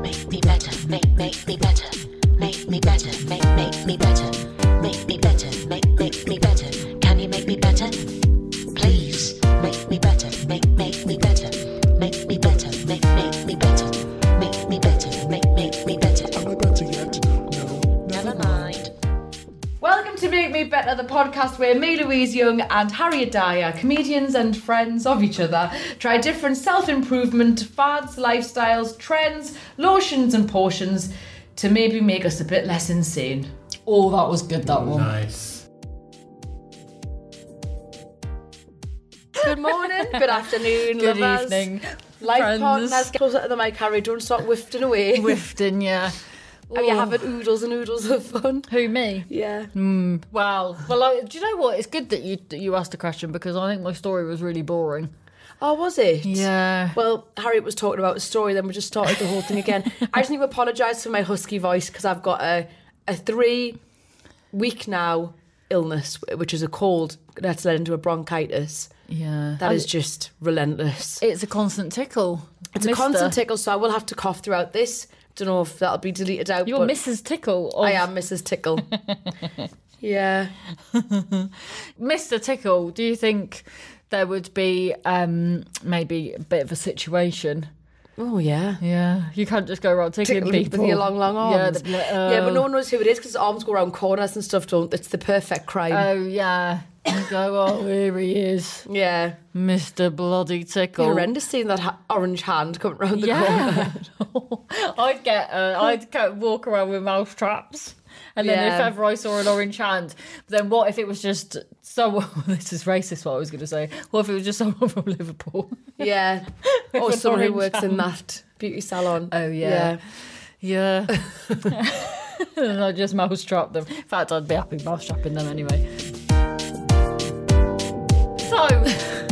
makes me better, make makes me better, makes me better, make makes me better, makes me better, make makes me better. Can you make me better? Please make me better, make makes me better, makes me better, make makes me better, makes me better, make makes me better. Am I better yet? No. Never mind. Welcome to Make Me Better, the podcast where me, Louise Young, and Harriet Dyer, comedians and friends of each other, try different self improvement fads, lifestyles, trends, lotions, and portions to maybe make us a bit less insane. Oh, that was good, that one. Nice. Good morning, good afternoon, Good lovers. evening. Life friends. partners, close up to the mic, Harry. Don't start whiffing away. Whiffed yeah. Are you having oodles and oodles of fun? Who, me? Yeah. Well, well. I, do you know what? It's good that you that you asked the question because I think my story was really boring. Oh, was it? Yeah. Well, Harriet was talking about a story, then we just started the whole thing again. I just need to apologise for my husky voice because I've got a, a three week now illness, which is a cold that's led into a bronchitis. Yeah. That is just relentless. It's a constant tickle. It's a Mister. constant tickle, so I will have to cough throughout this. Don't know if that'll be deleted out. You're but- Mrs. Tickle. Of, I am Mrs. Tickle. yeah. Mr. Tickle. Do you think there would be um, maybe a bit of a situation? Oh, yeah. Yeah. You can't just go around tickling Tickle people with your long, long arms. Yeah. they'd be like, Yeah, but "Oh." no one knows who it is because arms go around corners and stuff, don't It's the perfect crime. Oh yeah. You go. Oh, here he is, yeah. Mr. Bloody Tickle. Horrendous seeing that ha- orange hand coming round the corner. Yeah, I'd get uh, I'd go- walk around with mouse traps, and then if Yeah. ever I saw an orange hand, then what if it was just someone? This is racist. What I was going to say. What if it was just someone from Liverpool? Yeah. or With someone who orange works in hand. that beauty salon. Oh, yeah. Yeah, and I just mouse trap them. In fact, I'd be happy mouse trapping them anyway. So,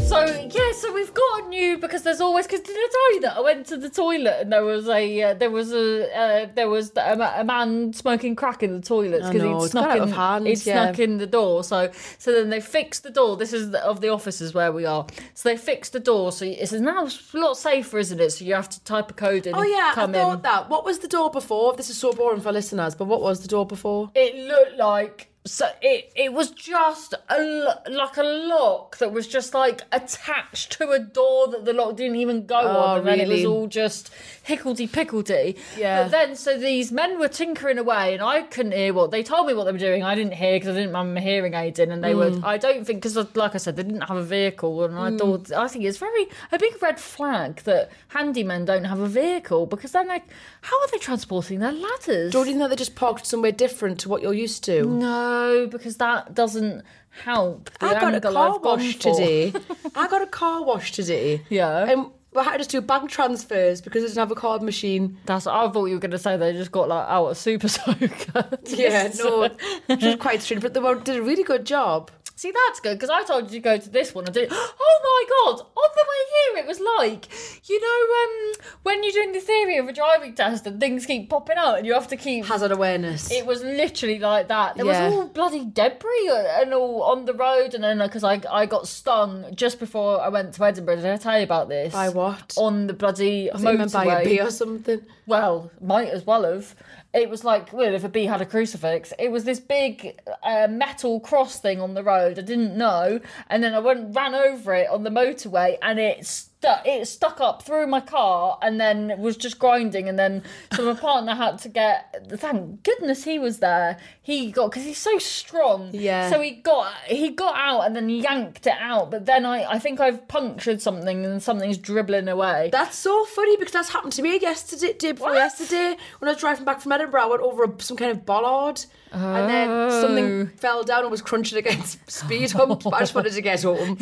so yeah, so we've got a new because there's always because did I tell you that I went to the toilet and there was a uh, there was a uh, there was a, ma- a man smoking crack in the toilets I because know, he'd it's snuck got out in of hand, he'd yeah. snuck in the door. So so then they fixed the door. This is the, of the offices where we are. So they fixed the door. So it's now a lot safer, isn't it? So you have to type a code in. Oh, and yeah. come I thought in. that. What was the door before? This is so boring for listeners, but what was the door before? it looked like so it it was just a lo- like a lock that was just like attached to a door that the lock didn't even go on and then it was Oh, really? all just hickledy pickledy Yeah. but then so these men were tinkering away and i couldn't hear what they told me what they were doing i didn't hear because i didn't have my hearing aid in and they Mm. were i don't think because like i said they didn't have a vehicle and i thought i think it's very a big red flag that handymen don't have a vehicle because then they how are they transporting their ladders Don't you think that they just parked somewhere different to what you're used to? no, because that doesn't help. Mm. The I got a angle car I've gone wash for. today. Um, I got a car wash today. Yeah. And I had to just do bank transfers because I didn't have a card machine. That's. I thought you were going to say they just got like out of Super Soaker. Yeah, no, which was quite strange, but they were, did a really good job. See, that's good because I told you to go to this one. I did. Oh my god! On the way here, it was like you know um, when you're doing the theory of a driving test and things keep popping out and you have to keep. Hazard awareness. It was literally like that. There Yeah. was all bloody debris and all on the road, and then because I I got stung just before I went to Edinburgh. Did I tell you about this? By what? On the bloody I think it meant by a motorway. bee or something. Well, might as well have. It was like, well, if a bee had a crucifix, it was this big uh, metal cross thing on the road. I didn't know, and then I went ran over it on the motorway, and it stuck. It stuck up through my car, and then was just grinding. And then so my partner had to get. Thank goodness he was there. He got because he's so strong. Yeah. So he got he got out and then yanked it out. But then I I think I've punctured something and something's dribbling away. That's so funny because that's happened to me yesterday, day before What? yesterday, when I was driving back from Edinburgh. I went over a, some kind of bollard, and then something fell down and was crunching against speed hump. I just wanted to get home.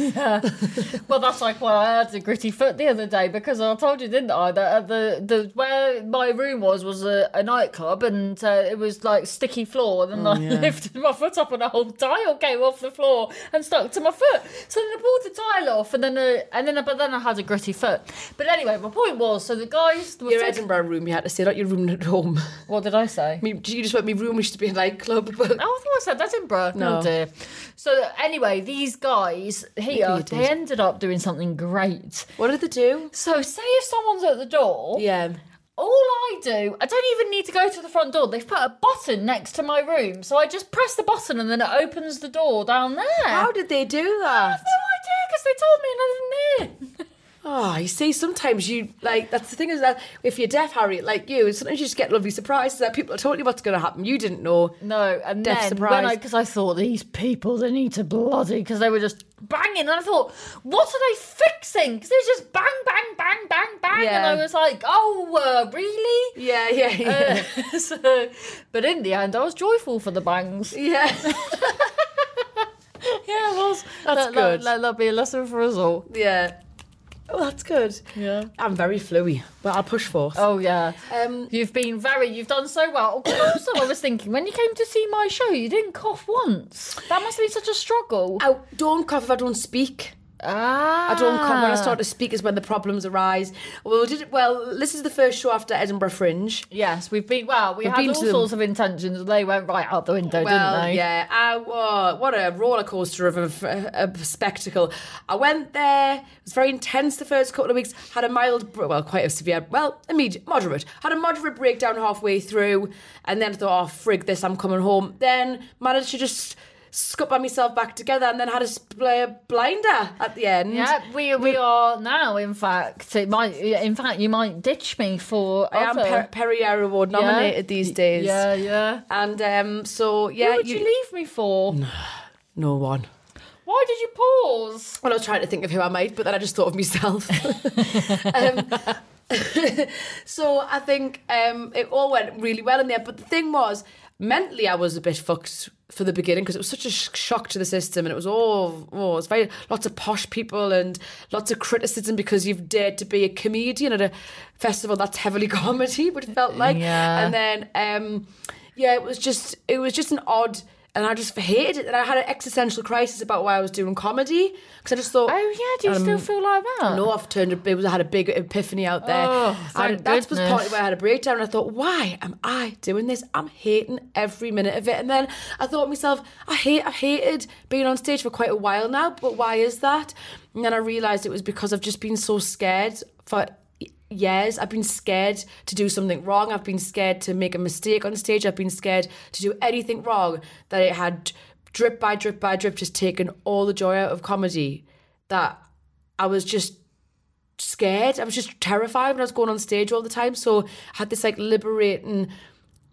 Well, that's like why I had a gritty foot the other day because I told you, didn't I, that at the, the where my room was was a, a nightclub and uh, it was like sticky floor. And then I lifted my foot up and a whole tile came off the floor and stuck to my foot. So then I pulled the tile off and then uh, and then but then I had a gritty foot. But anyway, my point was, so the guys were Your taking- Edinburgh room, you had to say, not your room at home. What did I say? Me- You just went, my room used to be a nightclub. But Oh, I think I said that's in Edinburgh. No. No. dear. So anyway, these guys Maybe here, you they did. ended up doing something great. what did they do? So say if someone's at the door, Yeah. All I do, I don't even need to go to the front door. They've put a button next to my room, so I just press the button and then it opens the door down there. How did they do I that? have no idea because they told me and I didn't hear. Oh, you see, sometimes you like that's the thing is that if you're deaf, Harriet, like you, sometimes you just get lovely surprises that people are telling you what's going to happen. You didn't know. No, and Deaf then surprise. when I because I thought these people they need to bloody because they were just banging, and I thought, what are they fixing? Because they were just bang, bang, bang, bang, bang, and Yeah. I was like, oh, uh, really? Yeah, yeah, yeah. Uh, so, but in the end, I was joyful for the bangs. yeah, Yeah, it was. That's Let- let- good. Let that be a lesson for us all. yeah. Oh, that's good. Yeah. I'm very fluey, but I'll push forth. Oh yeah. Um, You've been very. You've done so well. Oh, Also, I was thinking when you came to see my show, you didn't cough once. That must have been such a struggle. I don't cough if I don't speak. Ah. I don't cough when I start to speak is when the problems arise. Well, we did well. This is the first show after Edinburgh Fringe. Ah. Yes, we've been. Well, we We've had been all to them. sorts of intentions, and they went right out the window, Well, didn't they? yeah, I, wa- what a roller coaster of a, a spectacle. I went there, it was very intense the first couple of weeks, had a mild, br- well, quite a severe, well, immediate, moderate, had a moderate breakdown halfway through, and then thought, oh, frig this, I'm coming home. Then managed to just scupper myself back together and then had a sp- blinder at the end. Yeah, we we are now. In fact, it might. In fact, you might ditch me for. I am other- per- Perrier Award Yeah. nominated these days. Yeah, yeah. And um, so, yeah. Who would you, leave me for? No one. Why did you pause? Well, I was trying to think of who I might, but then I just thought of myself. um, so I think um, it all went really well in there. But the thing was, mentally, I was a bit fucked for the beginning because it was such a sh- shock to the system, and it was all oh, it's very lots of posh people and lots of criticism because you've dared to be a comedian at a festival that's heavily comedy, but it felt like, Yeah. and then um, yeah, it was just it was just an odd. And I just hated it. And I had an existential crisis about why I was doing comedy. Because I just thought. Oh yeah, do you still feel like that? Um, No, I've turned. a- It was I had a big epiphany out there. Oh, and thank that was goodness. partly where I had a breakdown. And I thought, why am I doing this? I'm hating every minute of it. And then I thought to myself, I hate. I hated being on stage for quite a while now. But why is that? And then I realised it was because I've just been so scared for y- years. I've been scared to do something wrong. I've been scared to make a mistake on stage. I've been scared to do anything wrong. That it had drip by drip by drip just taken all the joy out of comedy. That I was just scared. I was just terrified when I was going on stage all the time. So I had this like liberating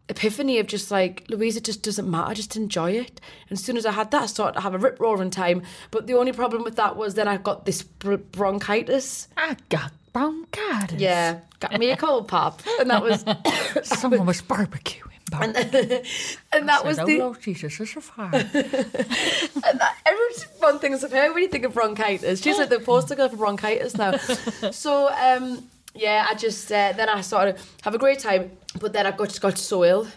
epiphany of just like, Louise, it just doesn't matter, just enjoy it. And as soon as I had that, I started to have a rip roaring time. But the only problem with that was then I got this br- bronchitis. I got bronchitis. Yeah. Got me a cold pop. And that was someone was barbecuing. and that was the "Oh, Jesus, it's a fire. Everyone's fun things I've heard when you think of bronchitis. She's like the poster girl for bronchitis now. so um, yeah, I just uh, then I sort of have a great time, but then I got just got so ill.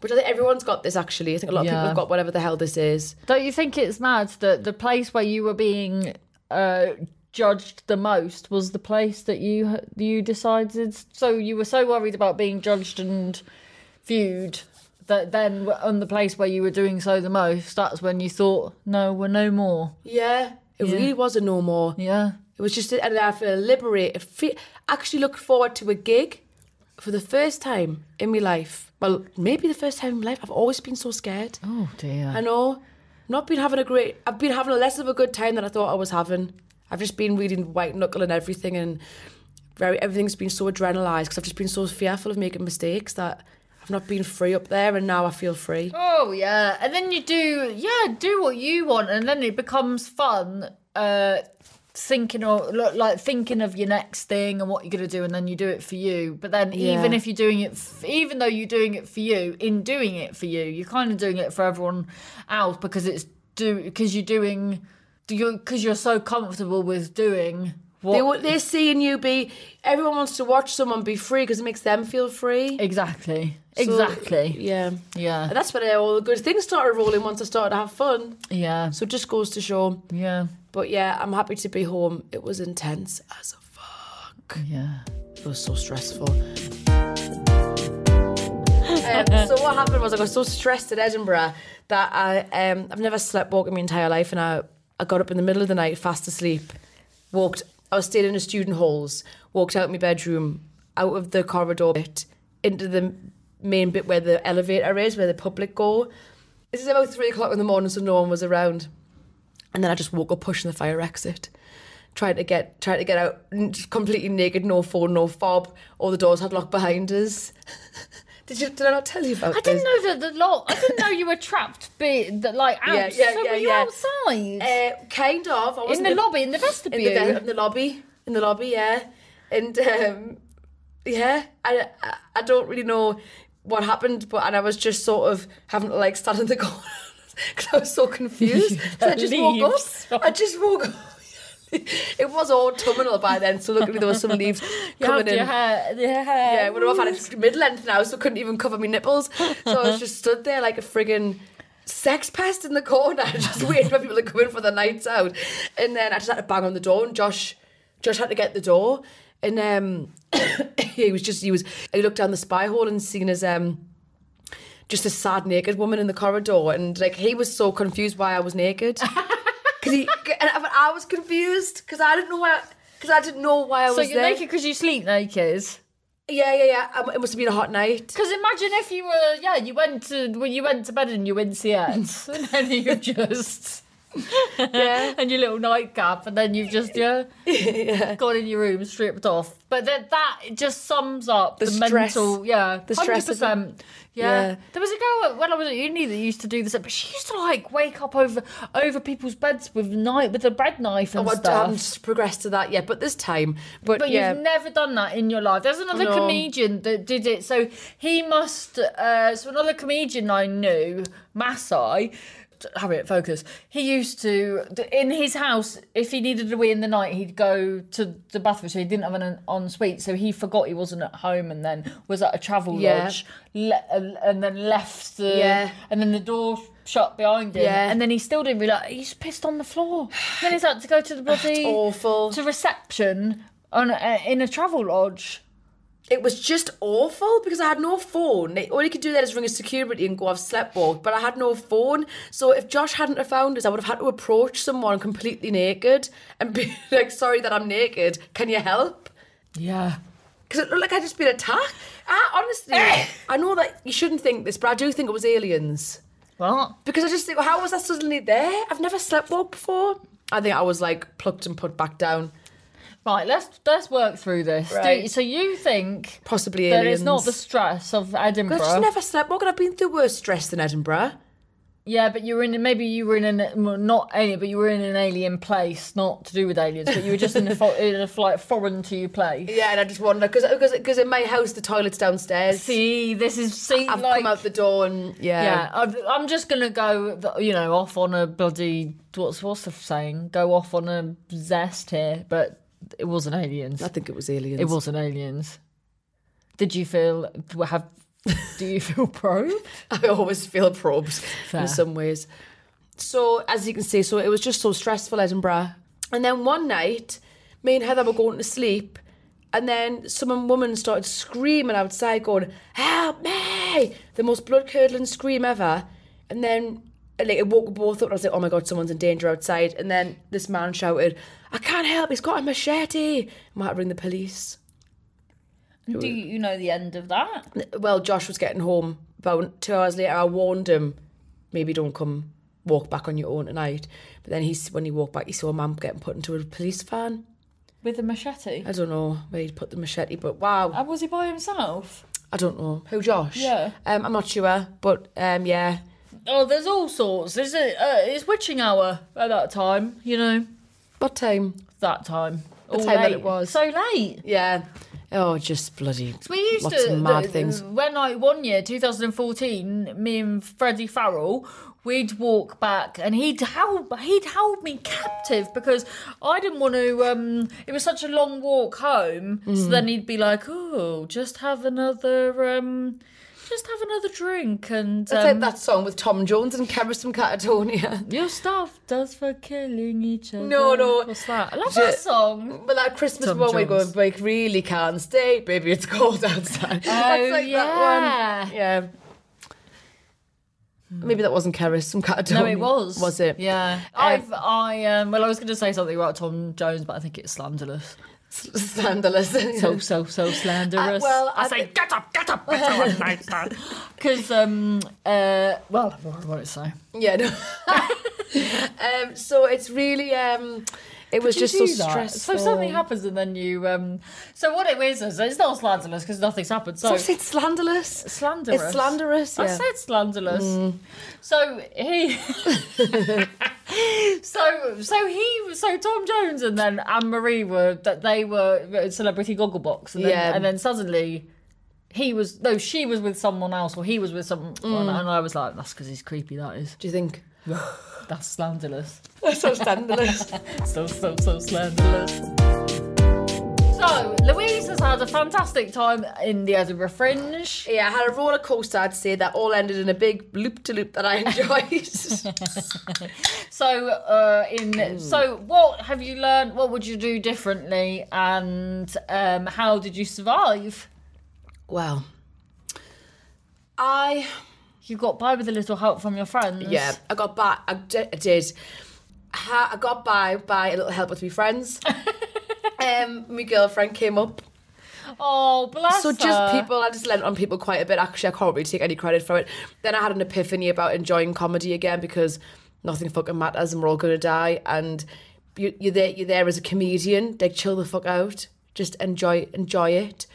Which I think everyone's got this actually. I think a lot of people Yeah. have got whatever the hell this is. Don't you think it's mad that the place where you were being uh, judged the most was the place that you you decided? So you were so worried about being judged and viewed that then on the place where you were doing so the most, that's when you thought, no, we're no more. Yeah, it really was a no more. Yeah. It was just, and I feel liberated. Fe- actually looked forward to a gig for the first time in my life. Well, maybe the first time in my life. I've always been so scared. Oh dear. I know. Not been having a great. I've been having less of a good time than I thought I was having. I've just been really white knuckling everything, and very everything's been so adrenalised because I've just been so fearful of making mistakes that I've not been free up there, and now I feel free. Oh yeah, and then you do yeah do what you want, and then it becomes fun. Uh, thinking or look, like thinking of your next thing and what you're gonna do, and then you do it for you. But then even Yeah. if you're doing it, f- even though you're doing it for you, in doing it for you, you're kind of doing it for everyone else because it's do because you're doing you because you're so comfortable with doing what They, wa- they're seeing you be. Everyone wants to watch someone be free because it makes them feel free. exactly So, exactly yeah. And yeah that's when all the good things started rolling once I started to have fun. yeah So it just goes to show. yeah But yeah, I'm happy to be home. It was intense as a fuck. yeah. It was so stressful. um, so what happened was I got so stressed at Edinburgh that I um, I've never slept walk in my entire life, and I I got up in the middle of the night fast asleep, walked. I was staying in a student halls, walked out my bedroom, out of the corridor bit into the main bit where the elevator is, where the public go. This is about three o'clock in the morning, so no one was around. And then I just woke up pushing the fire exit, trying to get trying to get out n- just completely naked, no phone, no fob. All the doors had locked behind us. did you? Did I not tell you about I this? didn't know that the lot. I didn't know you were trapped. Be that like out. Yeah, yeah, so yeah, were you yeah. outside Uh, kind of. I in wasn't the in- lobby, in the in vestibule? the, ve- in the lobby, in the lobby, yeah, and um, yeah, I, I I don't really know what happened, but and I was just sort of having to like stand in the corner because I was so confused. so I just woke up. Leaves. I just woke up. it was autumnal by then, so luckily there were some leaves You coming have in. your hair. Your hair. Yeah, I would have had a mid length now, so couldn't even cover my nipples. So I was just stood there like a friggin' sex pest in the corner, just waiting for people to come in for the nights out. And then I just had to bang on the door, and Josh, Josh had to get the door, and um, he was just he was he looked down the spy hole and seen his um just a sad naked woman in the corridor, and like he was so confused why I was naked. Cause he, and I, I was confused because I didn't know why, because I didn't know why I So was you're there. naked because you sleep naked. Yeah, yeah, yeah. Um, It must have been a hot night. Because imagine if you were, yeah, you went to well, you went to bed and you were in Seattle, and then you just yeah, and your little nightcap, and then you've just yeah, gone in your room, stripped off. But that that just sums up the, The stress. mental, yeah, The stress hundred of it. percent. Yeah. Yeah. there was a girl when I was at uni that used to do this, but she used to like wake up over over people's beds with night with a bread knife and Oh, I stuff. haven't progressed to that yet, but this time. But, But yeah, you've never done that in your life. There's another No. comedian that did it. So he must. Uh, so another comedian I knew, Masai. Harriet Focus. He used to in his house. If he needed a wee in the night, he'd go to the bathroom. So he didn't have an en suite. So he forgot he wasn't at home, and then was at a travel Yeah. lodge, le- and then left the. Yeah. And then the door shut behind him. Yeah. And then he still didn't realise he's pissed on the floor. then he's had to go to the bloody awful. to reception on a, in a travel lodge. It was just awful because I had no phone. Like, All you could do then is ring a security and go, I've sleptwalked, but I had no phone. So if Josh hadn't have found us, I would have had to approach someone completely naked and be like, sorry that I'm naked. Can you help? Yeah. Because it looked like I'd just been attacked. I, honestly, I know that you shouldn't think this, but I do think it was aliens. What? Because I just think, how was I suddenly there? I've never sleptwalked before. I think I was like plucked and put back down. Right. Let's let's work through this. Do- Right. so you think Possibly that aliens. it's not the stress of I've Edinburgh? just never slept. Morgan, I've been through worse stress than Edinburgh. Yeah, but you were in maybe you were in an well, not alien, but you were in an alien place, not to do with aliens, but you were just in a fo- in a like foreign to you place. Yeah, and I just wonder because because in my house the toilet's downstairs. See, this is see I've like come out the door and yeah. yeah. I've, I'm just gonna go, you know, off on a bloody what's what's the saying? Go off on a zest here, but it wasn't aliens. I think it was aliens. It wasn't aliens. Did you feel have? do you feel probed? I always feel probed Fair. in some ways. So as you can see, so it was just so stressful, Edinburgh. And then one night, me and Heather were going to sleep, and then some woman started screaming outside, going, "Help me!" The most blood curdling scream ever. And then like it woke both up, and I was like, "Oh my god, someone's in danger outside!" And then this man shouted, "I can't help! He's got a machete!" Might ring the police. Do you know the end of that? well, Josh was getting home about two hours later. I warned him, maybe don't come walk back on your own tonight. But then he's when he walked back, he saw a man getting put into a police van. With a machete? I don't know where he'd put the machete, but wow, And Uh, was he by himself? I don't know who Josh. Yeah. um, I'm not sure, but um, yeah, Oh, there's all sorts. Is it? Uh, it's witching hour at that time. You know, what time? that time. The time that it was. So late. Yeah, oh, just bloody. We used lots to of mad th- things. When I one year, 2014, me and Freddie Farrell, we'd walk back, and he'd held he'd held me captive because I didn't want to. Um, it was such a long walk home, Mm. so then he'd be like, "Oh, just have another." Um, just have another drink and It's like um, that song with Tom Jones and Keras from Catatonia. your stuff does for killing each other. No, no. What's that? I love Ju- that song. But that Christmas Tom one we go Jones. like really can't stay, baby. It's cold outside. Oh That's like that one. Yeah. Maybe that wasn't Keris, some cat No, it was. Was it? Uh, Yeah. I've I um well I was gonna say something about Tom Jones, but I think it's slanderous. Scandalous. so so so slanderous. Uh, well, I, I say think- get up, get up, get up, nightstand. Because um uh well what what did it say? Yeah, no. um, so it's really um, it was You just so do that. stressful. So something happens and then you um. So what it is is it's not slanderous because nothing's happened. So Stop saying slanderous. slanderous. It's slanderous. I Yeah. Mm. said slanderous. So he. so so he so Tom Jones and then Anne Marie were that they were celebrity Gogglebox and then, Yeah. and then suddenly. He was no, she was with someone else, or he was with someone, Mm. and I was like, "That's because he's creepy. That is, Do you think? that's slanderous." so slanderous. so so so slanderous. So Louise has had a fantastic time in the Edinburgh Fringe. yeah, I had a roller coaster. I'd say that all ended in a big loop to loop that I enjoyed. So uh, in Hmm. so what have you learned? What would you do differently? And um, how did you survive? well, I You got by with a little help from your friends. yeah, I got by. I di- I did. Ha- I got by by a little help with my friends. um, my girlfriend came up Oh bless. So just her. people, I just lent on people quite a bit. Actually, I can't really take any credit for it. Then I had an epiphany about enjoying comedy again because nothing fucking matters and we're all gonna die. And you, you're there, you're there as a comedian. Like chill the fuck out. Just enjoy, enjoy it.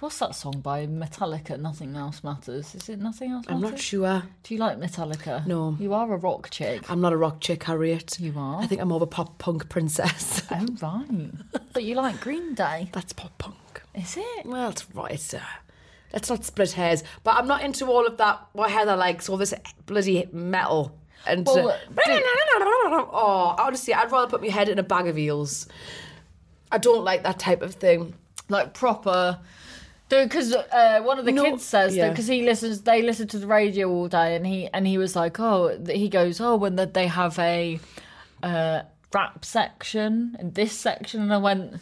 What's that song by Metallica? Nothing else matters. Is it nothing else I'm matters? not sure. Do you like Metallica? No. You are a rock chick. I'm not a rock chick, Harriet. You are. I think I'm more of a pop punk princess. Oh right. but you like Green Day. That's pop punk. Is it? Well, it's right, sir. Let's not split hairs. But I'm not into all of that. What Heather likes all this bloody metal. And Well, uh, do- oh, honestly, I'd rather put my head in a bag of eels. I don't like that type of thing. like proper because uh, one of the No- kids says that yeah. because he listens they listen to the radio all day and he and he was like oh th- he goes oh when the, they have a uh, rap section and this section and i went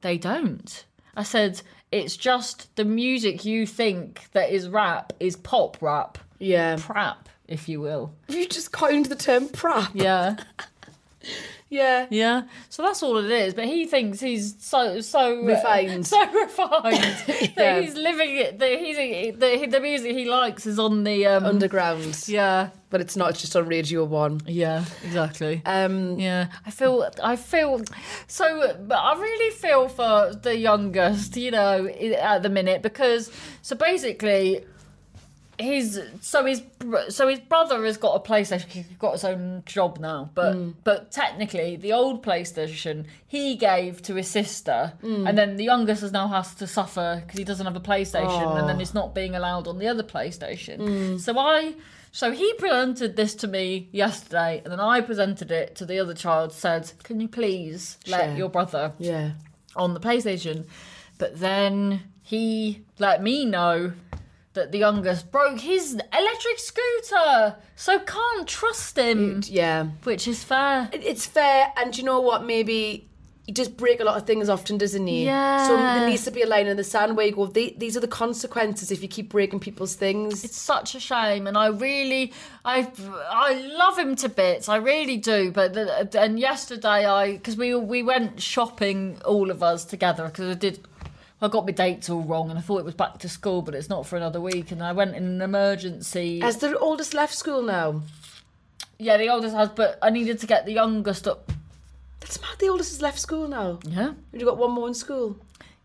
they don't i said it's just the music you think that is rap is pop rap Yeah. prap if you will You just coined the term prap. yeah Yeah. Yeah, so that's all it is. But he thinks he's so so uh, Refined. so refined Yeah. that he's living it. That he's the, the music he likes is on the um, Underground. yeah, But it's not, it's just on Radio 1. yeah, exactly. Um, yeah, I feel, I feel, so, but I really feel for the youngest, you know, i- at the minute because, so basically, his so his br- so his brother has got a PlayStation. He's got his own job now, but but technically the old PlayStation he gave to his sister, and then the youngest has now has to suffer because he doesn't have a PlayStation, and then it's not being allowed on the other PlayStation. Mm. So I. So he presented this to me yesterday, and then I presented it to the other child. Said, "Can you please let Share. your brother yeah. on the PlayStation. But then he let me know that the youngest broke his electric scooter, so can't trust him, Yeah. which is fair. It- It's fair, and do you know what? Maybe you just break a lot of things often, doesn't you? Yeah. So there needs to be a line in the sand where you go, "The- these are the consequences if you keep breaking people's things. It's such a shame, and I really, I, I love him to bits. I really do. But the, and yesterday, I because we we went shopping all of us together because I did. I got my dates all wrong, and I thought it was back to school, but it's not for another week. And I went in an emergency. Has the oldest left school now? Yeah, the oldest has, but I needed to get the youngest up. That's mad. The oldest has left school now. Yeah. You've got one more in school.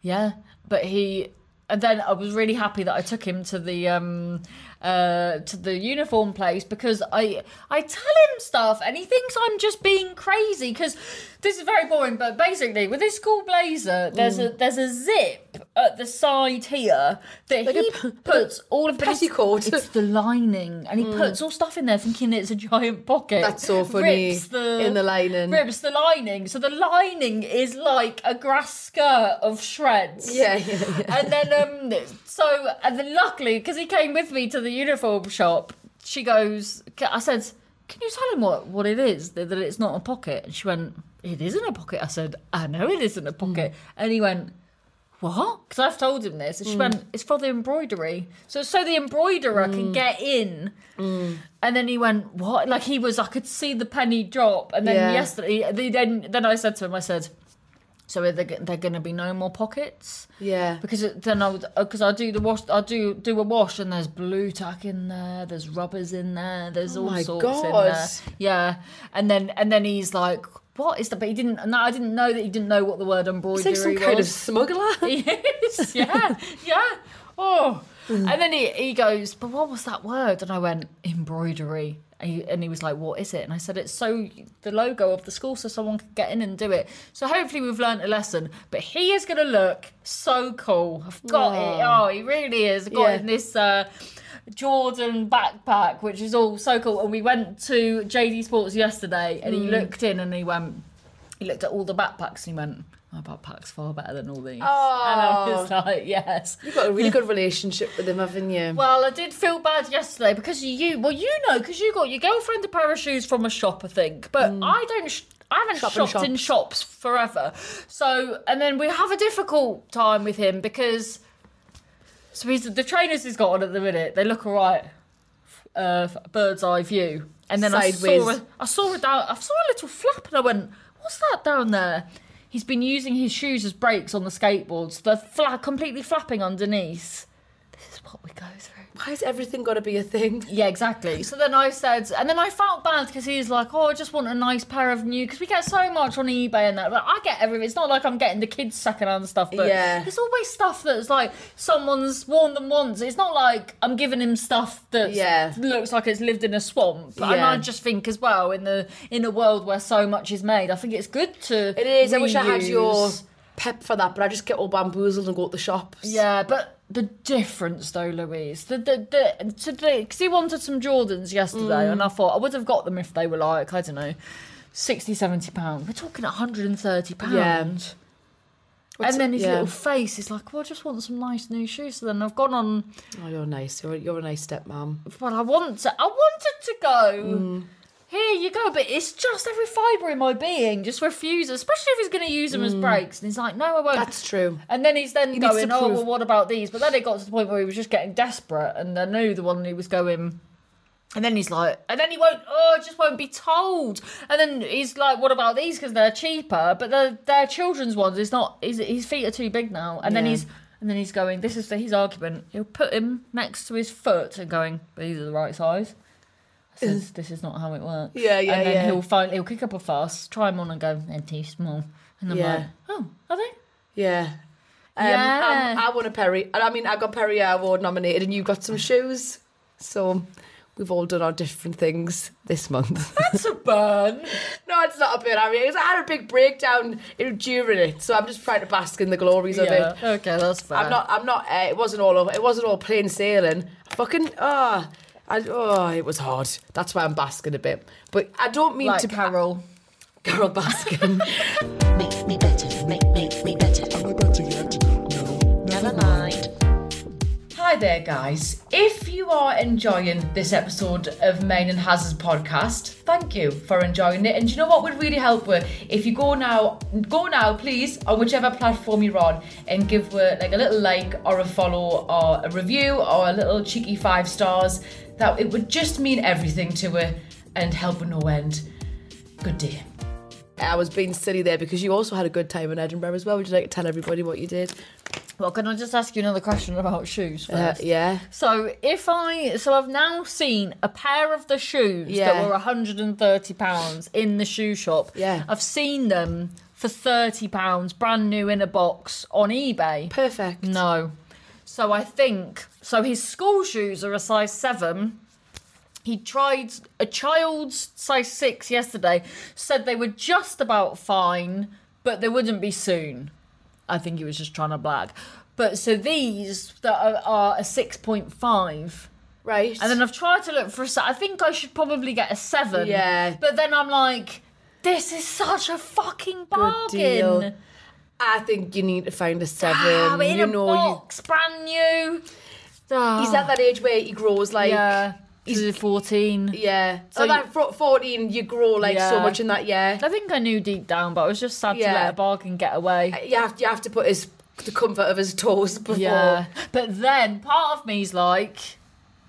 Yeah. But he and then I was really happy that I took him to the um uh to the uniform place because I I tell him stuff and he thinks I'm just being crazy because this is very boring, but basically with his school blazer there's Mm. a there's a zip at the side here that Like a he p- puts all of but it's- petticoat. Mm. It's the lining and he puts all stuff in there thinking it's a giant pocket. That's so funny. Rips the, In the lining. Rips the lining. So the lining is like a grass skirt of shreds. Yeah, yeah, yeah. And then um so and then luckily because he came with me to the uniform shop, she goes I said, "Can you tell him what what it is that, that it's not a pocket?" And she went, "It isn't a pocket." I said, "I know it isn't a pocket." And he went, what? Because I've told him this. And she went, it's for the embroidery. So so the embroiderer can get in. And then he went, what? Like he was, I could see the penny drop. And then Yeah. yesterday, the- then then I said to him, I said, So are there, g- there going to be no more pockets? Yeah. Because it, then I would because I do the wash I do do a wash and there's blue tack in there, there's rubbers in there, there's all Oh my sorts in God. there. Yeah, and then and then he's like, "What is the?" But he didn't. No, I didn't know that he didn't know what the word It's embroidery like some was. kind of smuggler. He is, yeah, yeah. Oh, and then he, he goes, but what was that word? And I went embroidery, and he, and he was like, what is it? And I said, it's so the logo of the school, so someone could get in and do it. So hopefully we've learnt a lesson. But he is going to look so cool. I've got it. Oh, he really is. I've got Yeah. it in this. Uh, Jordan backpack, which is all so cool. And we went to JD Sports yesterday, and he looked in and he went, he looked at all the backpacks and he went, My backpack's far better than all these. And I was like, Yes. You've Oh. got a really good relationship with him, haven't you? Well, I did feel bad yesterday because you, well, you know, because you got your girlfriend a pair of shoes from a shop, I think, but I don't. Sh- I haven't Mm. Shop in shopped in shops. shops forever. So, and then we have a difficult time with him because. So he's the trainers he's got on at the minute. They look alright, uh, f- bird's eye view. And then I saw Sideways. a, I saw a down. I saw a little flap, and I went, "What's that down there?" He's been using his shoes as brakes on the skateboards. They're fla- completely flapping underneath. This is what we go through. Why has everything got to be a thing? Yeah, exactly. So then I said, and then I felt bad because he's like, oh, I just want a nice pair of new, because we get so much on eBay and that. Like, I get everything. It's not like I'm getting the kids secondhand stuff, but Yeah. there's always stuff that's like someone's worn them once. It's not like I'm giving him stuff that Yeah. looks like it's lived in a swamp. And Yeah. I just think as well, in the in a world where so much is made, I think it's good to. It is. I wish I had your reuse. pep for that, but I just get all bamboozled and go to the shops. Yeah, but the difference though, Louise, the the the today because he wanted some Jordans yesterday, and I Mm. thought I would have got them if they were like I don't know. 60 70 pounds we're talking 130 pounds What's- Um, and then his yeah. little face is like well I just want some nice new shoes so then I've gone on Oh, you're nice. You're, you're a nice stepmom. well I want to I wanted to go Mm. here you go but it's just every fibre in my being just refuses especially if he's going to use them as brakes and he's like no I won't Mm. That's true. And then he's then needs going, to oh, prove- well, what about these? But then it got to the point where he was just getting desperate, and I knew the one who was going. And then he's like, and then he won't, oh, just won't be told. And then he's like, what about these? Because they're cheaper, but they're, they're children's ones. It's not, his, his feet are too big now. And then Yeah. he's, and then he's going, this is the, his argument. He'll put him next to his foot and going, these are the right size. I says, this is not how it works. Yeah, yeah, And then yeah. he'll find, he'll kick up a fuss, try him on and go, they're too small. And I'm Yeah. like, oh, are they? Yeah. Um, Yeah. I'm- I won a Perry. I mean, I got Perry Award nominated, and you got some shoes. So we've all done our different things this month. That's a burn. no, it's not a bit. I mean, 'cause I had a big breakdown in- during it, so I'm just trying to bask in the glories of it. Okay, that's fair. I'm not. I'm not. Uh, it wasn't all. It wasn't all plain sailing. Fucking. Ah. I, oh, it was hard. That's why I'm basking a bit. But I don't mean like to Carol. Carol Baskin. Make me better, make, make me better. Am I better yet? No. Never mind. Hi there, guys. If you are enjoying this episode of Main and Hazard's podcast, thank you for enjoying it. And do you know what would really help were if you go now, go now, please, on whichever platform you're on, and give her like a little like or a follow or a review or a little cheeky five stars. That it would just mean everything to her and help her no end. Good day. I was being silly there because you also had a good time in Edinburgh as well. Would you like to tell everybody what you did? Well, can I just ask you another question about shoes? Uh, first? yeah. So if I, so I've now seen a pair of the shoes Yeah. that were 130 pounds in the shoe shop. Yeah. I've seen them for 30 pounds, brand new in a box on eBay. Perfect. No. So I think so. His school shoes are a size seven. He tried a child's size six yesterday. Said they were just about fine, but they wouldn't be soon. I think he was just trying to blag. But so these that are, are a six point five. Right. And then I've tried to look for a se- I think I should probably get a seven. Yeah. But then I'm like, this is such a fucking bargain. deal. I think you need to find Ah, a seven. Wow, Ah, in you a know, box, brand new. You, he's at that age where he grows like. Ah, yeah, he's 14. Yeah. So So like fro- 14, you grow like so Yeah. much in that year. I think I knew deep down, but I was just sad to Yeah. let a bargain get away. You have, you have to put his the comfort of his toes before. yeah, but then part of me's like,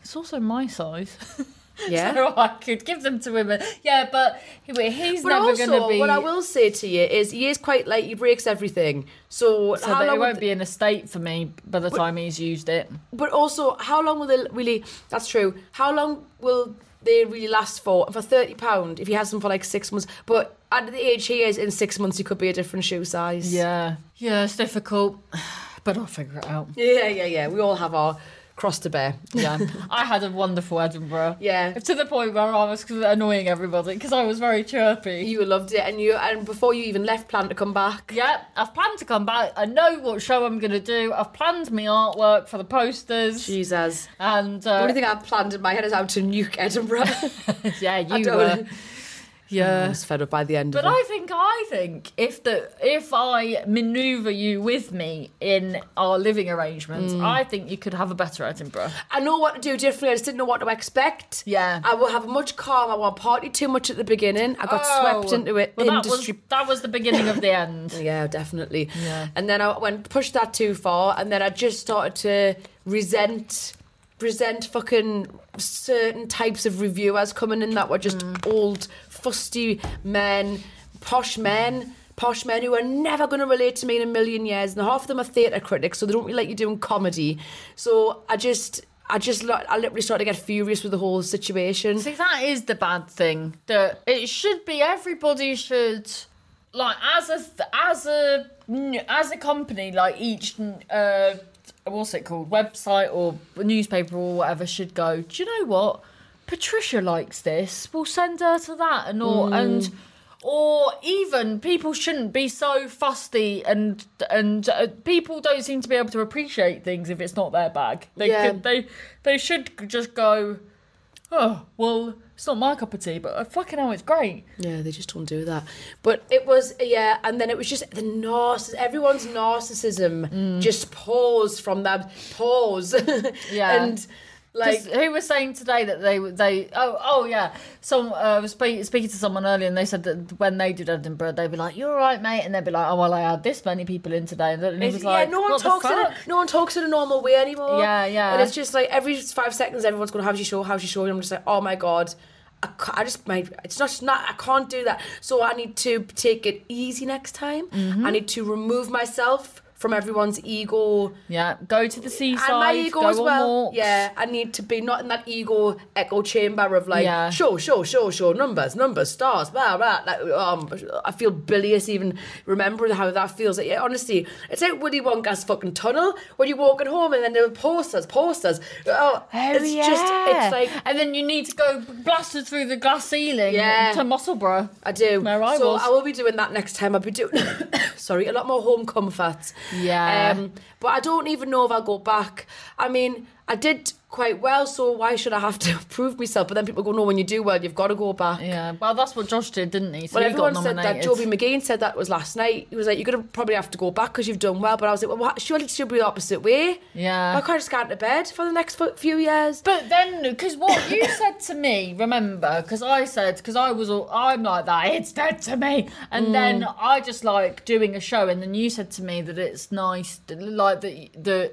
it's also my size. Yeah. so I could give them to women. Yeah, but he- he's But never also, going to be. what I will say to you is, he is quite like he breaks everything. So, so how that long it would won't be an estate for me by the time he's used it. but also how long will they really that's true how long will they really last for for 30 pound if he has them for like six months but at the age he is in six months he could be a different shoe size Yeah, yeah, it's difficult, but I'll figure it out. yeah yeah yeah we all have our cross to bear Yeah, I had a wonderful Edinburgh. yeah To the point where I was annoying everybody because I was very chirpy. you loved it and you and before you even left plan to come back Yep, I've planned to come back. I know what show I'm going to do. I've planned my artwork for the posters. jesus And the uh, only thing i planned in my head is how to nuke edinburgh yeah, I you don't- were. i Yeah. was fed up by the end But of it I think I think if the if I manoeuvre you with me in our living arrangements, Mm. I think you could have a better Edinburgh. I know what to do differently. I just didn't know what to expect. Yeah. I will have much calm. I won't party too much at the beginning. I got swept Oh. into it. Well, industry That was, that was the beginning of the end. Yeah, definitely. Yeah. And then I went pushed that too far, and then I just started to resent resent fucking certain types of reviewers coming in that were just old fusty men, posh men. Posh men who are never going to relate to me in a million years, and half of them are theatre critics, so they don't really like you doing comedy. So I just, I just, lo- I literally started to get furious with the whole situation. See, that is the bad thing. That it should be everybody should like as a th- as a as a company like each uh what's it called website or newspaper or whatever should go. Do you know what? Patricia likes this. We'll send her to that and all and. Or even people shouldn't be so fusty, and and uh, people don't seem to be able to appreciate things if it's not their bag. They Yeah. could- they they should just go. Oh, well, it's not my cup of tea, but I fucking hell, it's great. Yeah, they just don't do that. But it was yeah, and then it was just the narciss everyone's narcissism Mm. just pours from that pause. Yeah. and like Because who was saying today that they they oh oh yeah some uh, I was spe- speaking to someone earlier and they said that when they did Edinburgh they'd be like you're all right mate and they'd be like oh well I had this many people in today and he was yeah, like no one what the talks in a, fuck? no one talks in a normal way anymore. Yeah, yeah. And it's just like every five seconds everyone's going, "How's your show? How's your show?" And I'm just like, "Oh my god." I, ca- I just my it's not, it's not I can't do that. So I need to take it easy next time. Mm-hmm. I need to remove myself from everyone's ego. yeah go to the seaside and my ego go as on well. walks. Yeah, I need to be not in that ego echo chamber of like, Yeah. show, show, show, show, numbers, numbers, stars, blah, blah. Like, um, I feel bilious even remembering how that feels. Like, yeah, honestly, it's like Willy Wonka's fucking tunnel when you're walking home and then there are posters, posters. Oh, Oh, it's yeah. just, it's like, and then you need to go blasted through the glass ceiling Yeah. to Musselburgh. I do. Where I so was. I will be doing that next time. I'll be doing, sorry, a lot more home comfort. Yeah. Um, but I don't even know if I'll go back. I mean, I did quite well, so why should I have to prove myself? But then people go, no, when you do well, you've got to go back. Yeah, well that's what Josh did, didn't he? So Well, he got everyone said that. nominated. Joby McGean said that was last night. He was like, "You're gonna probably have to go back because you've done well." But I was like, "Well, what, surely it should be the opposite way." Yeah. I can't just go to bed for the next fu- few years. But then, because what you said to me, remember? Because I said, because I was all, I'm like that. It's dead to me. And Mm. then I just like doing a show, and then you said to me that it's nice, that- like that the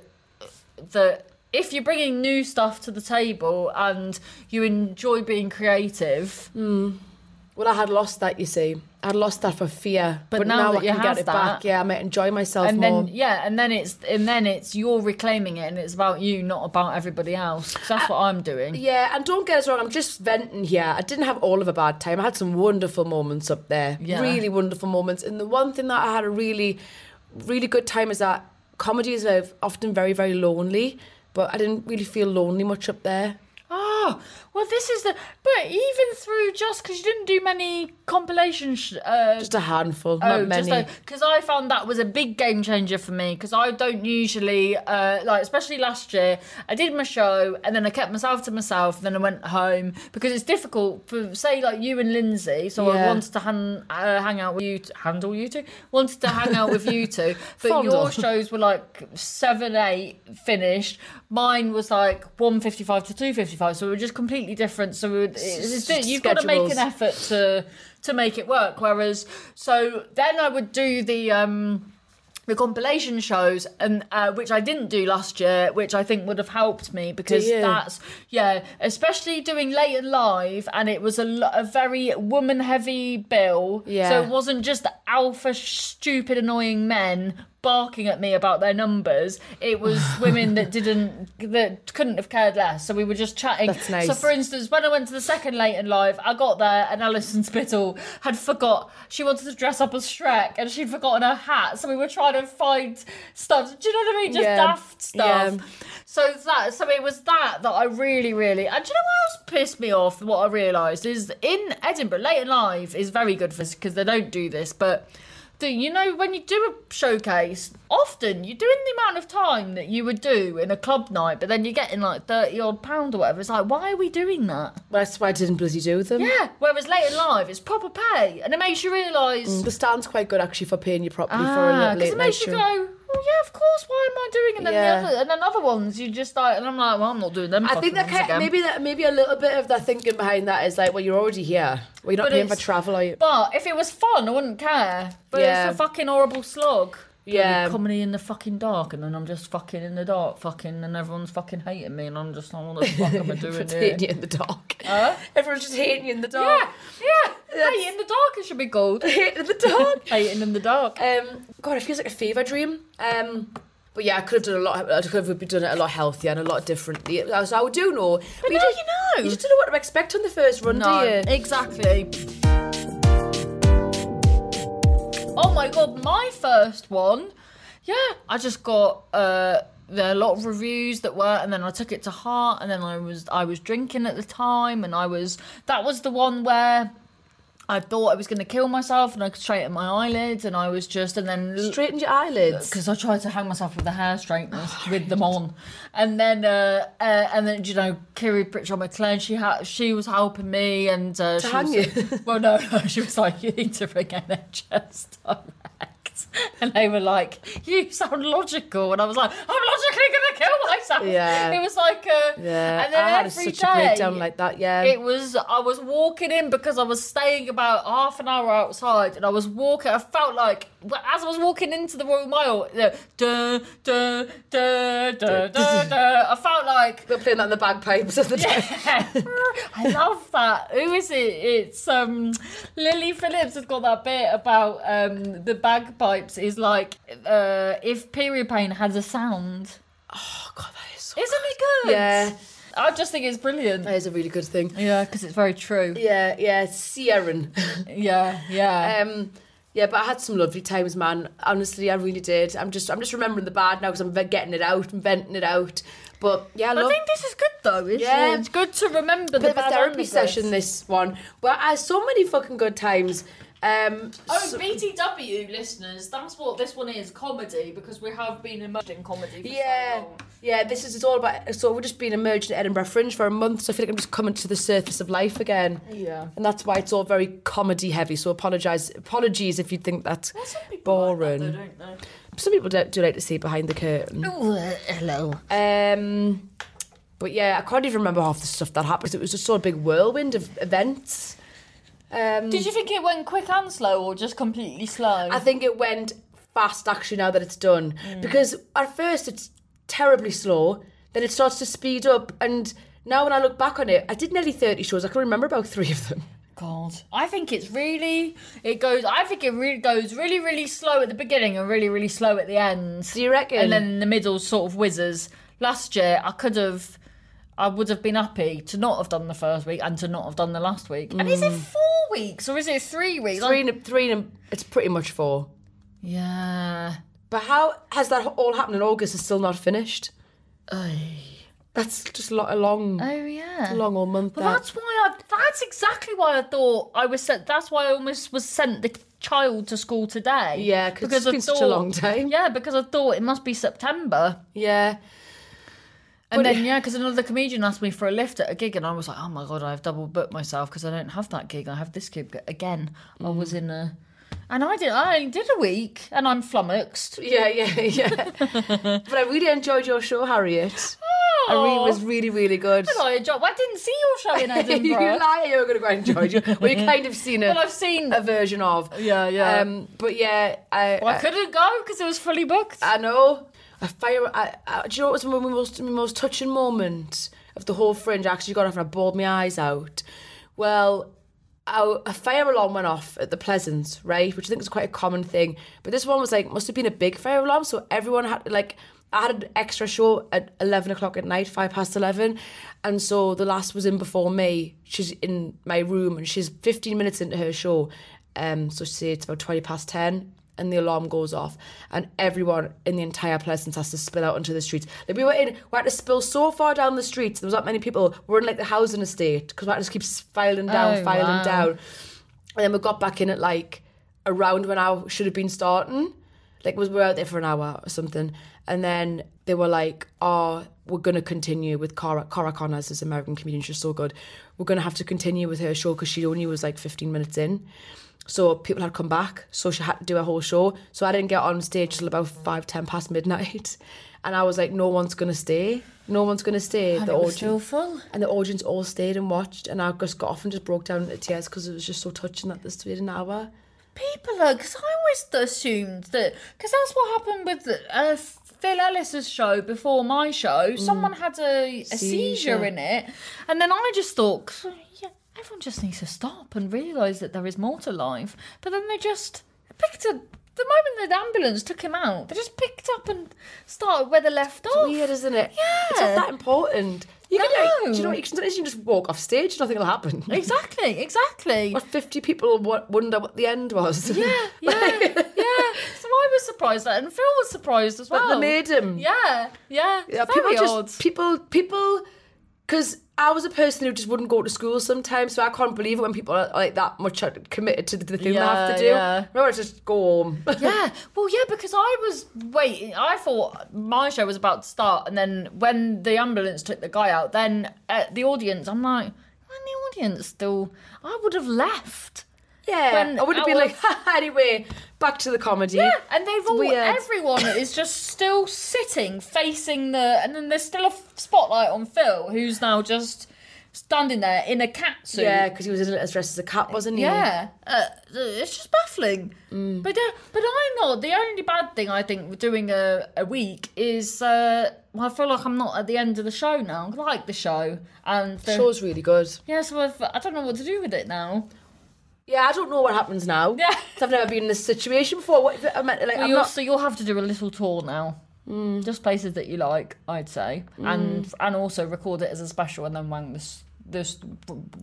that if you're bringing new stuff to the table and you enjoy being creative, Well, I had lost that, you see. I'd lost that for fear. But, now now, that I you can have get it that- back. Yeah, I might enjoy myself and more. then yeah, and then it's and then it's you're reclaiming it, and it's about you, not about everybody else. 'Cause that's what I'm doing. Yeah, and don't get us wrong, I'm just venting here. I didn't have all of a bad time. I had some wonderful moments up there. Yeah. Really wonderful moments. And the one thing that I had a really, really good time is that comedies are often very, very lonely. But I didn't really feel lonely much up there. Oh, well, this is the. But even through just because you didn't do many compilation sh- uh, Just a handful, Oh, not many. because I found that was a big game changer for me because I don't usually uh, like, especially last year. I did my show and then I kept myself to myself. Then I went home because it's difficult for say like you and Lindsay. So I Yeah. wanted to han- uh, hang out with you, t- handle you two. Wanted to hang out with you two, but your Fondle. shows were like seven, eight finished. Mine was like one fifty-five to two fifty-five, so we were just completely different. So we were, it's, it's, you've got to make an schedules. effort to to make it work. Whereas, so then I would do the um the compilation shows, and uh, which I didn't do last year, which I think would have helped me because you? that's yeah, especially doing late and live, and it was a, lo- a very woman heavy bill. Yeah. so it wasn't just alpha stupid annoying men barking at me about their numbers. It was women that didn't that couldn't have cared less. So we were just chatting. That's nice. So for instance, when I went to the second late and live, I got there and Alison Spittle had forgot she wanted to dress up as Shrek and she'd forgotten her hat. So we were trying to find stuff. Do you know what I mean? Just Yeah. daft stuff. Yeah. So it's that so it was that that I really, really and do you know what else pissed me off? What I realised is in Edinburgh, late and live is very good for because they don't do this, but do you know when you do a showcase, often you're doing the amount of time that you would do in a club night, but then you're getting like thirty odd pound or whatever. It's like, why are we doing that? That's why I didn't bloody do them. Yeah. Whereas late and live it's proper pay and it makes you realise The stand's quite good actually for paying you properly for Ah, a because late it night makes you show. go, well, yeah, of course. Why am I doing? it?" And then Yeah. the other, and then other ones, you just like, and I'm like, well, I'm not doing them. I think fucking that ones kind again. maybe that maybe a little bit of the thinking behind that is like, well, you're already here. Well, you're not But paying for it's- travel, are you? But if it was fun, I wouldn't care. But Yeah. it's a fucking horrible slog. Yeah. Bloody comedy in the fucking dark, and then I'm just fucking in the dark, fucking, and everyone's fucking hating me, and I'm just like, what the fuck am I doing Everyone's here? hating you in the dark. Huh? Everyone's just hating you in the dark. Yeah, yeah. Hating in the dark, it should be called. Hating in the dark. hating in the dark. Um, God, it feels like a fever dream. Um, but yeah, I could have done a lot. I could have done it a lot healthier and a lot differently. So I do know. But, now just- you know. You just don't know what to expect on the first run, No, do you? exactly. Oh my god, my first one. Yeah, I just got uh there are a lot of reviews that were and then I took it to heart and then I was I was drinking at the time and I was that was the one where I thought I was going to kill myself and I straightened my eyelids and I was just and then Straightened your eyelids. because I tried to hang myself with the hair straighteners with them on, and then uh, uh, and then you know Kiri Pritchard McLean she ha- she was helping me and uh, she hang was, you? well no no she was like you need to ring NHS direct and they were like you sound logical and I was like I'm logically gonna kill myself Yeah. it was like uh, yeah, and then I had every such day- a breakdown like that. Yeah, it was I was walking in because I was staying about half an hour outside, and I was walking. I felt like well, as I was walking into the Royal Mile, the duh, duh, duh, duh, duh, duh, I felt like we were playing that in the bagpipes of the day. I love that. Who is it? It's um Lily Phillips has got that bit about um the bagpipes is like uh if period pain has a sound. Oh God, that is. So- Isn't it good? Yeah. I just think it's brilliant. that is a really good thing. Yeah, because it's very true. Yeah, yeah, Ciaran. Yeah, yeah. Um, yeah, but I had some lovely times, man. Honestly, I really did. I'm just, I'm just remembering the bad now because I'm ve- getting it out and venting it out. But yeah, I I love. think this is good though. Isn't Yeah. it? it's good to remember the bit of a bad therapy anecdotes. session this one. But I had so many fucking good times. Um, Oh, so- BTW listeners, that's what this one is comedy because we have been immersed in comedy. For yeah, so long. yeah. This is it's all about. So we've just been immersed in Edinburgh Fringe for a month, so I feel like I'm just coming to the surface of life again. Yeah. and that's why it's all very comedy heavy. So apologise, apologies if you think that's boring. Some people don't, do like to see behind the curtain. hello. Um, but yeah, I can't even remember half the stuff that happened. 'cause It was just so a big whirlwind of events. Um, Did you think it went quick and slow, or just completely slow? I think it went fast actually now that it's done Mm. because at first it's terribly slow, then it starts to speed up, and now when I look back on it, I did nearly thirty shows. I can remember about three of them. God, I think it's really it goes. I think it really goes really, really slow at the beginning and really, really slow at the end. Do you reckon? and then the middle sort of whizzes. Last year, I could have, I would have been happy to not have done the first week and to not have done the last week. And is it four weeks or is it three weeks? Mm. three, and, three, and it's pretty much four. yeah. But how has that all happened in August and still not finished? That's just a lot a long, Oh yeah. long old month. Well, there. that's why I. That's exactly why I thought I was sent. That's why I almost was sent the child to school today. Yeah, 'cause it's I been such a long time. Yeah, because I thought it must be September. yeah. But- And then yeah, because another comedian asked me for a lift at a gig, and I was like, oh my god, I've double booked myself because I don't have that gig. I have this gig again. Mm. I was in a, and I did. I only did a week, and I'm flummoxed. Yeah, yeah, yeah. but I really enjoyed your show, Harriet. Oh, and re- was really, really good. I enjoyed. Well, I didn't see your show in you Edinburgh. liar, you were going to go and enjoy it. Well, you kind of seen well, a, I've seen. a version of. Yeah, yeah. Um, but yeah, Uh, I, well, I couldn't go because it was fully booked. I know. I fire. I, I, do you know what was my most my most touching moment of the whole fringe? I actually got off and I bawled my eyes out. Well, I, a fire alarm went off at the Pleasance, right? Which I think is quite a common thing. But this one was like must have been a big fire alarm, so everyone had like. I had an extra show at eleven o'clock at night, five past eleven, and so the last was in before me. She's in my room and she's fifteen minutes into her show, um, so she said it's about twenty past ten, and the alarm goes off, and everyone in the entire Pleasance has to spill out onto the streets. Like we were in, we had to spill so far down the streets. There was not many people. We were in like the housing estate because we had to keep filing down, Oh, filing wow. down, and then we got back in at like around when I should have been starting. Like was we were out there for an hour or something, and then they were like, "Oh, we're gonna continue with Cara Cara Connors, this American comedian. She's so good. We're gonna have to continue with her show because she only was like 15 minutes in." So people had come back, so she had to do a whole show. So I didn't get on stage till about five, ten past midnight, and I was like, "No one's gonna stay. No one's gonna stay." and the it was audience- still full. and the audience all stayed and watched, and I just got off and just broke down into tears because it was just so touching that this stayed an hour. People are, because I always assumed that, because that's what happened with uh, Phil Ellis's show before my show. Someone had a, a seizure. Mm. Seizure. in it, and then I just thought, 'cause, yeah, everyone just needs to stop and realise that there is more to life. But then they just picked a. The moment the ambulance took him out, they just picked up and started where they left off. Weird, isn't it? Oh, Yeah. It's not that important. You can No. like, do you know what? You can, sometimes you can just walk off stage, nothing will happen. Exactly, exactly. What, 50 people will wo- wonder what the end was. Yeah, yeah, yeah. So I was surprised, at- and Phil was surprised as well. But they made him. Yeah, yeah. It's Yeah, very people just odd. people people because I was a person who just wouldn't go to school sometimes, so I can't believe it when people are like that much committed to the thing they have Yeah, to do. yeah. I would just go home. yeah, well, yeah, because I was waiting. I thought my show was about to start, and then when the ambulance took the guy out, then uh, the audience, I'm like, when the audience still, I would have left. yeah, When I would have been our- like, anyway, back to the comedy. Yeah, and they've all weird. everyone is just still sitting facing the, and then there's still a f- spotlight on Phil, who's now just standing there in a catsuit. Yeah, because he was in it as dressed as a cat, wasn't he? Yeah, uh, it's just baffling. Mm. But uh, but I'm not. The only bad thing I think with doing a, a week is uh, well, I feel like I'm not at the end of the show now. I like the show and the, The show's really good. Yeah, so I've, I don't know what to do with it now. Yeah, I don't know what happens now. Yeah. 'Cause I've never been in this situation before. What, I meant, like, Well, I'm you'll, not, Mm. So you'll have to do a little tour now. Just places that you like, I'd say, and and also record it as a special and then wang this this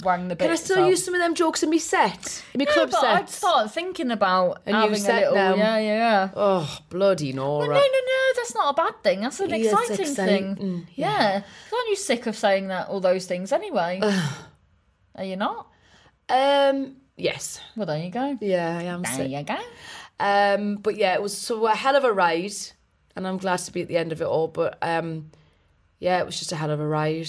wang the bits. can I still out. use some of them jokes in me set? In me Yeah, club but set? I'd start thinking about A new having set a little. now. Yeah, yeah, yeah. Oh, bloody Nora. Well, no, no, no, that's not a bad thing. That's an Yeah, it's exciting exciting, thing. Yeah. Aren't you sick of saying that all those things anyway? Are you not? Um, yes. Well, there you go. Yeah, I am There sick. you go. Um, but yeah, it was so a hell of a ride, and I'm glad to be at the end of it all. But um, yeah, it was just a hell of a ride.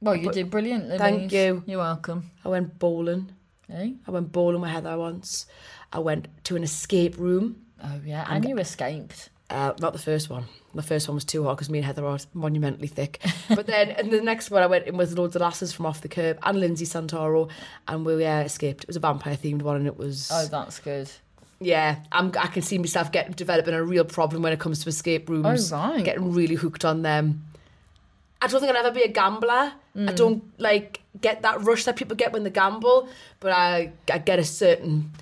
Well, you did brilliantly. Thank Louise. you. You're welcome. I went bowling. Eh? I went bowling with Heather once. I went to an escape room. Oh yeah, and you escaped. Uh, not the first one. The first one was too hot because me and Heather are monumentally thick. But then and the next one, I went in with loads of lasses from off the curb and Lindsay Santoro, and we uh, escaped. It was a vampire themed one, and it was Oh, that's good. yeah. I'm, I can see myself get developing a real problem when it comes to escape rooms. Oh, right. getting really hooked on them. I don't think I'll ever be a gambler. I Mm. don't like get that rush that people get when they gamble, but I I get a certain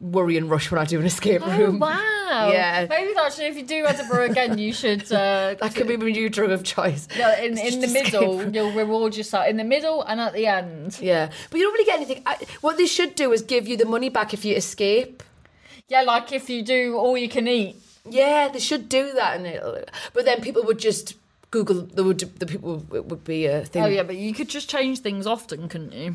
worry and rush when I do an escape Oh room. wow. Yeah. Maybe actually, if you do Edinburgh again, you should. Uh, That could be my new drug of choice. yeah, in, It's in the just middle, escape. you'll reward yourself in the middle and at the end. Yeah, but you don't really get anything. I, what they should do is give you the money back if you escape. Yeah, like if you do all you can eat. Yeah, they should do that, and it'll, but then people would just Google. There would the people it would be uh, a thing. Oh yeah, but you could just change things often, couldn't you?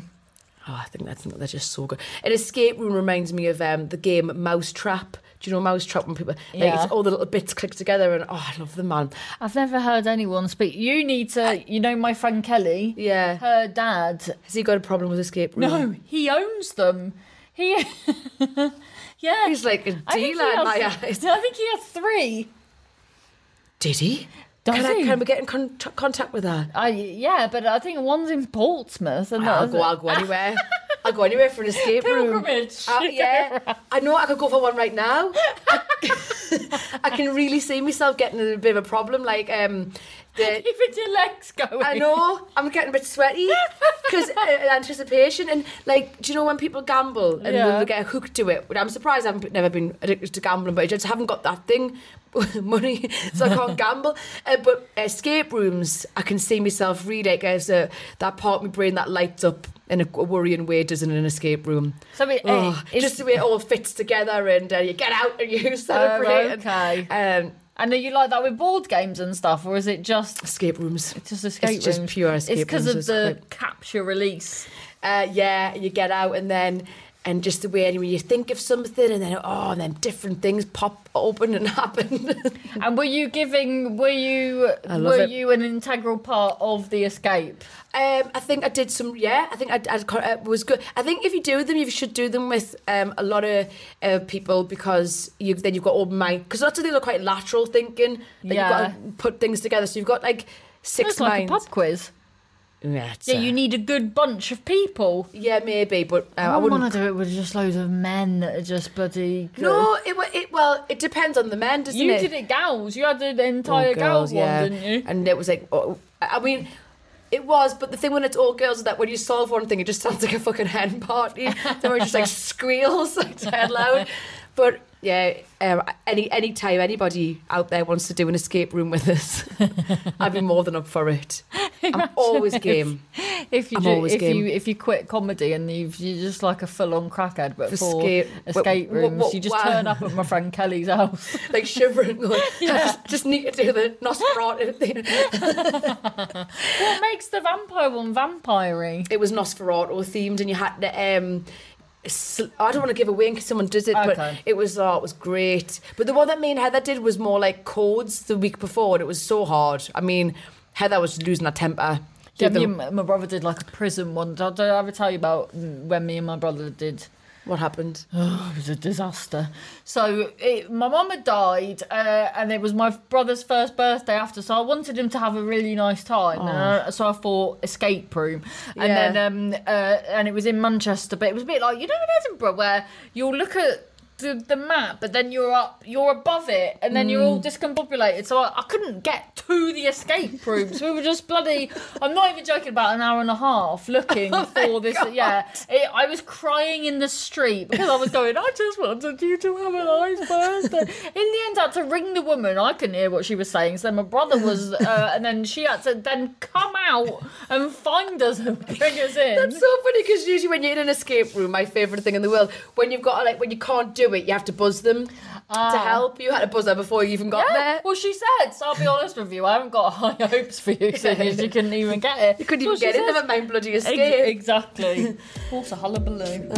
Oh, I think that's they're just so good. An escape room reminds me of um, the game Mousetrap. Do you know Mousetrap when people like Yeah. it's all the little bits clicked together and oh, I love the man. I've never heard anyone speak. You need to, you know, my friend Kelly. Yeah. Her dad. Has he got a problem with escape room? No, he owns them. He. yeah. he's like a I think he dealer in my has- eyes. I think he had three. Did he? Does Can, I, he? can we get in con- t- contact with her? I, yeah, but I think one's in Portsmouth and I'll that's- go. I'll go anywhere. I'll go anywhere for an escape room. pilgrimage. Uh, yeah, I know I could go for one right now. I can really see myself getting in a bit of a problem. Like, um, the, Even your legs going. I know I'm getting a bit sweaty because anticipation and like, do you know when people gamble and Yeah. when they get hooked to it? Well, I'm surprised I've never been addicted to gambling, but I just haven't got that thing, money, so I can't gamble. Uh, but escape rooms, I can see myself really like as a that part of my brain that lights up in a, worrying way does in an escape room. So it, Oh, Eh, it's, just the way it all fits together and uh, you get out and you celebrate. and, Oh, okay. um, and are you like that with board games and stuff, or is it just escape rooms. just escape It's just rooms? pure escape It's because rooms, of it's the quite- capture release. uh, yeah, you get out and then and just the way anyway you think of something and then oh and then different things pop open and happen. And were you giving? Were you? I love were it. you an integral part of the escape? um, I think I did some. Yeah, I think I, I co- uh, was good. I think if you do them, you should do them with um, a lot of uh, people because you then you've got open mind because lots of these are quite lateral thinking. That you've Yeah. got to put things together. So you've got like six It's like a minds. pub quiz. Yeah, it's, Yeah, uh, you need a good bunch of people. yeah, maybe, but uh, I I wouldn't wouldn't want to do it with just loads of men that are just bloody. good. No, it, wa- it well, it depends on the man, doesn't you it? did it gals. You had an entire gals one, didn't you? And it was like, oh, I mean, it was, but the thing when it's all girls is that when you solve one thing, it just sounds like a fucking hen party. Everyone just like squeals like dead loud. But yeah, um, any any time anybody out there wants to do an escape room with us, I'd be more than up for it. I'm always game If you I'm do, always if game. you if you quit comedy and you've, you're just like a full on crackhead, but For for escape- escape, wh- wh- rooms, wh- you just wha- turn up at my friend Kelly's house. like shivering. Going, I just, just need to do the Nosferatu thing. what makes the vampire one vampirey? it was Nosferatu themed, and you had to. Um, sl- I don't want to give away in case someone does it, but Okay. it was oh, it was great. But the one that me and Heather did was more like codes the week before, and it was so hard. I mean, Heather was losing her temper. Yeah, The me other- and my my brother did like a prison one. Did I, did I ever tell you about mm, when me and my brother did? what happened? Oh, It was a disaster. So it, my mum had died, uh, and it was my brother's first birthday after. So I wanted him to have a really nice time. Uh, so I thought escape room, and Yeah. then um, uh, and it was in Manchester, but it was a bit like you know in Edinburgh where you'll look at. The, the map, but then you're up, you're above it, and then you're all discombobulated. So I, I couldn't get to the escape room. So we were just bloody. I'm not even joking. About an hour and a half looking for this. Yeah, it, I was crying in the street because I was going, I just wanted you to have a nice birthday. In the end, I had to ring the woman. I couldn't hear what she was saying. So then my brother was, uh, and then she had to then come out and find us and bring us in. That's so funny because usually when you're in an escape room, my favorite thing in the world, when you've got like when you can't do it, you have to buzz them to Ah. help. You had to buzz her before you even got yeah, there. well, she said. So I'll be honest with you, I haven't got high hopes for you, seeing as you couldn't even get it. You couldn't So even she get in said- never mind bloody escape. Ex- Exactly. what a hullabaloo.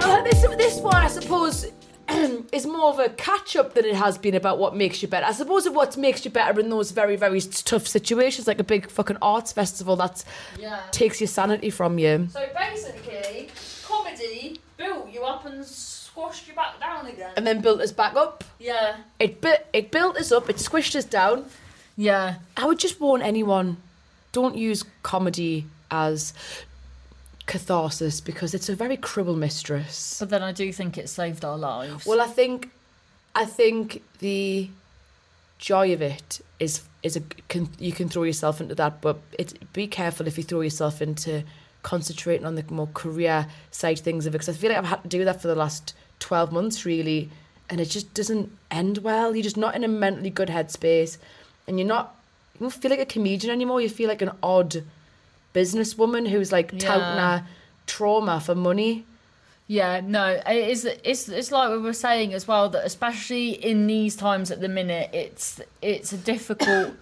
Well, this this one, I suppose, is more of a catch up than it has been about what makes you better. I suppose of what makes you better in those very very tough situations, like a big fucking arts festival that Yeah. takes your sanity from you. So basically, comedy built you up and squashed you back down again. And then built us back up. Yeah. It bu- it built us up. It squished us down. Yeah. I would just warn anyone: don't use comedy as catharsis because it's a very cruel mistress. But then I do think it saved our lives. Well, I think, I think the joy of it is is a can, you can throw yourself into that, but it be careful if you throw yourself into concentrating on the more career side things of it. Because I feel like I've had to do that for the last twelve months, really, and it just doesn't end well. You're just not in a mentally good headspace, and you're not. You don't feel like a comedian anymore. You feel like an odd businesswoman who's like touting Yeah. her trauma for money. yeah, no, it's it's it's like we were saying as well that especially in these times at the minute, it's it's a difficult.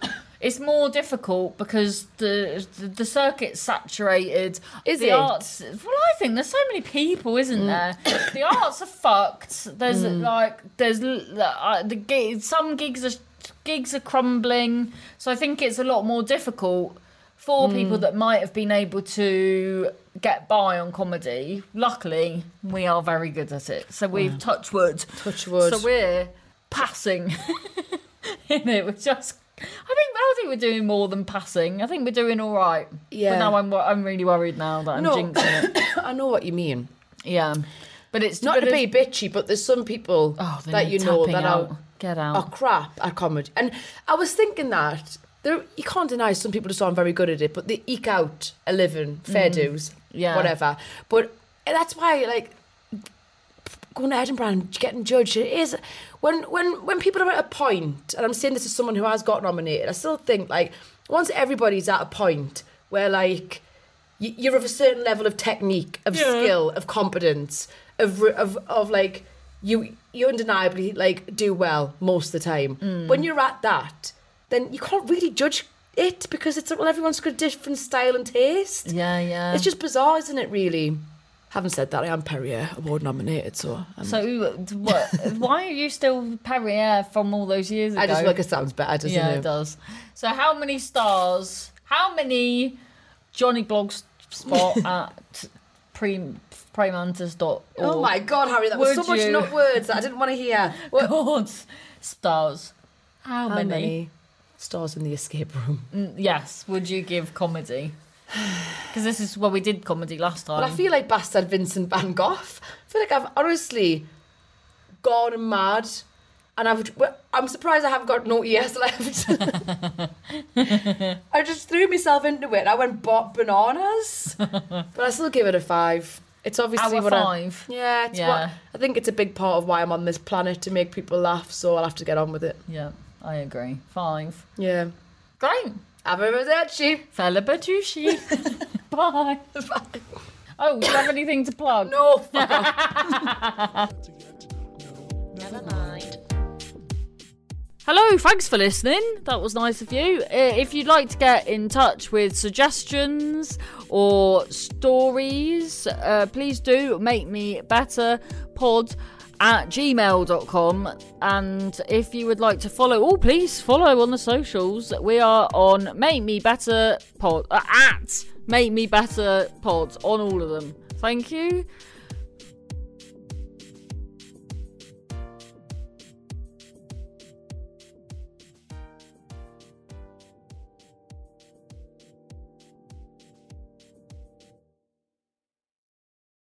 It's more difficult because the the, the circuit's saturated. Is the it? Mm. arts? Well, I think there's so many people, isn't there? the arts are fucked. There's like there's l- uh, the gig, some gigs are gigs are crumbling. So I think it's a lot more difficult for people Mm. that might have been able to get by on comedy. Luckily, we are very good at it. So we've touched wood. Touch wood. So we're passing. in it. We're just. I think I think we're doing more than passing. I think we're doing all right. Yeah. But now I'm wor- I'm really worried now that I'm No. jinxing it. I know what you mean. Yeah. But it's Not but to it's- be bitchy, but there's some people oh, they that need you know tapping that are, out. Oh, get are out. crap at comedy. And I was thinking that there, you can't deny some people just aren't very good at it, but they eke out a living, fair Mm. dues, Yeah. whatever. But that's why, like, going to Edinburgh and getting judged it is when when when people are at a point, and I'm saying this as someone who has got nominated. I still think like once everybody's at a point where like y- you're of a certain level of technique, of skill, of competence, of re- of of like you you undeniably like do well most of the time. When you're at that, then you can't really judge it because it's like, well everyone's got a different style and taste. Yeah, yeah. It's just bizarre, isn't it? Really. Having said that, I am Perrier Award nominated, so um, I'm so what? why are you still Perrier from all those years ago? I just feel like it sounds better, doesn't yeah, it? it does. So how many stars? How many Johnny Blogs spot at pre premantis.org? Oh my god, Harry, that was Would so much you- not words that I didn't want to hear. What, God, stars. How, how many? Mm, many stars in the escape room? Yes, would you give comedy? Because this is well, we did comedy last time. But I feel like bastard Vincent Van Gogh. I feel like I've honestly gone mad, and I've. well, I'm surprised I haven't got no ES left. I just threw myself into it. I went bot bananas, but I still give it a five. It's obviously Hour what I. five. Yeah, it's Yeah. what I think it's a big part of why I'm on this planet to make people laugh. So I'll have to get on with it. Yeah, I agree. Five. Yeah. Great. Have a Versace. Fella Bertucci. Bye. Oh, do you have anything to plug? No, fuck Never mind. Hello, thanks for listening. That was nice of you. Uh, If you'd like to get in touch with suggestions or stories, uh, please do make me better pod at gmail.com. And if you would like to follow, oh, please follow on the socials. We are on Make Me Better Pod, uh, at Make Me Better Pod on all of them. Thank you.